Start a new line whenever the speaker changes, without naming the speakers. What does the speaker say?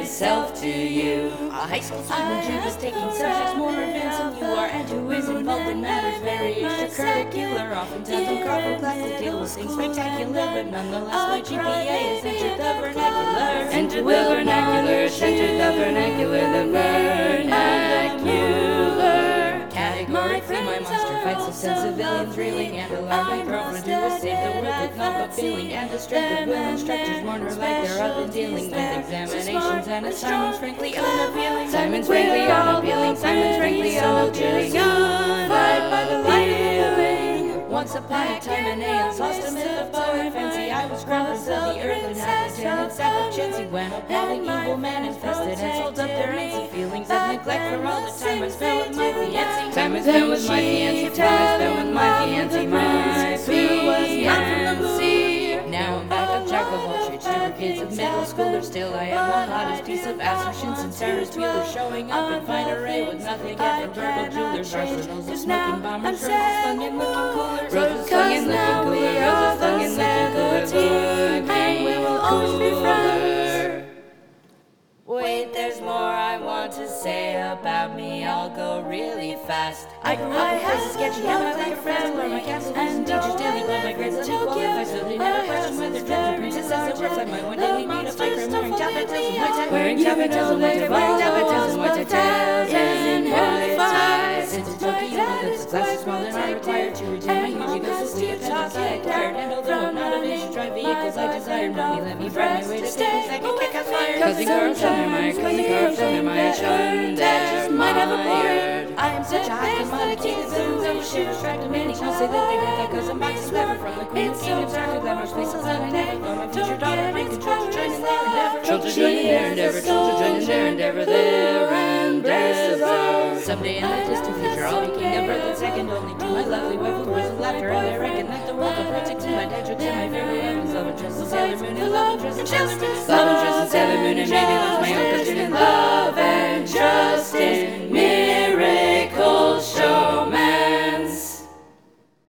to you.
A high school student who is taking subjects more advanced than you are and who is involved in matters very extracurricular. Oftentimes in Crawford class to deal with things spectacular, but nonetheless my GPA is enter the vernacular.
Enter the vernacular, enter the vernacular, the vernacular.
Category free, my monster fights a sense of value thrilling and alive. My girlfriend who was saved the world with not but feeling and the strength of will instructors more like they're up and dealing with examinations and assignments frankly unappealing. Simon's frankly unappealing. Simon's frankly unappealing. Unified by the light. Once upon a time, an aeon's lost amid the power and fancy. I was crownless of the earth and had the talent sap of chancing when appalling evil manifested and sold up their ends and feelings of neglect for all the time I spent with my fiancé.
Time is spent with my fiancé, time is spent with my fiancé, my fiancé.
Now I'm back up jack of all trades, never kids of middle school, or still I am one hottest piece of assertions and Sarah's dealer showing up in fine array with nothing yet from verbal jewelers, arsenals of smoking bombers, roses flung and looking cooler, roses flung and looking cooler, roses flung and looking cooler, and we will always be friends. Wait, there's more I want to say about me. I'll go really fast. I grew up with places sketchy, now I like a friend. Learn my capsules and teachers daily, but my grades are too well if I still didn't have a question whether driven princess as a worth. I might one day meet a biker wearing taffetas and white tie. Wearing taffetas and white tie, wearing taffetas and white tie. Tails in white tie. Since a junkie, one that's glasses smaller than I require to retain my huge egos. The attention I acquired, and although I'm not of age to drive vehicles I desire, money let me drive my way to stay. I can kick out fire.
Cousin girl, show me my cousin girl, show me my shun. That just might have a board.
I am such a high commodity that zooms and shoot attract many will say that they did that cause I'm back to clever from the queen's kingdom to glamour spaces and I never know my future daughter making children join in there and never
Children join in there and ever, children join in there and ever, there and ever.
Someday in the distant future I'll be king of earth and second only to my lovely wife with words of laughter and I recognize the world of protecting my dad jokes and my favorite weapons love interest and Sailor Moon and love interest and Sailor Moon love interest and Sailor Moon and maybe loves my uncle Jim and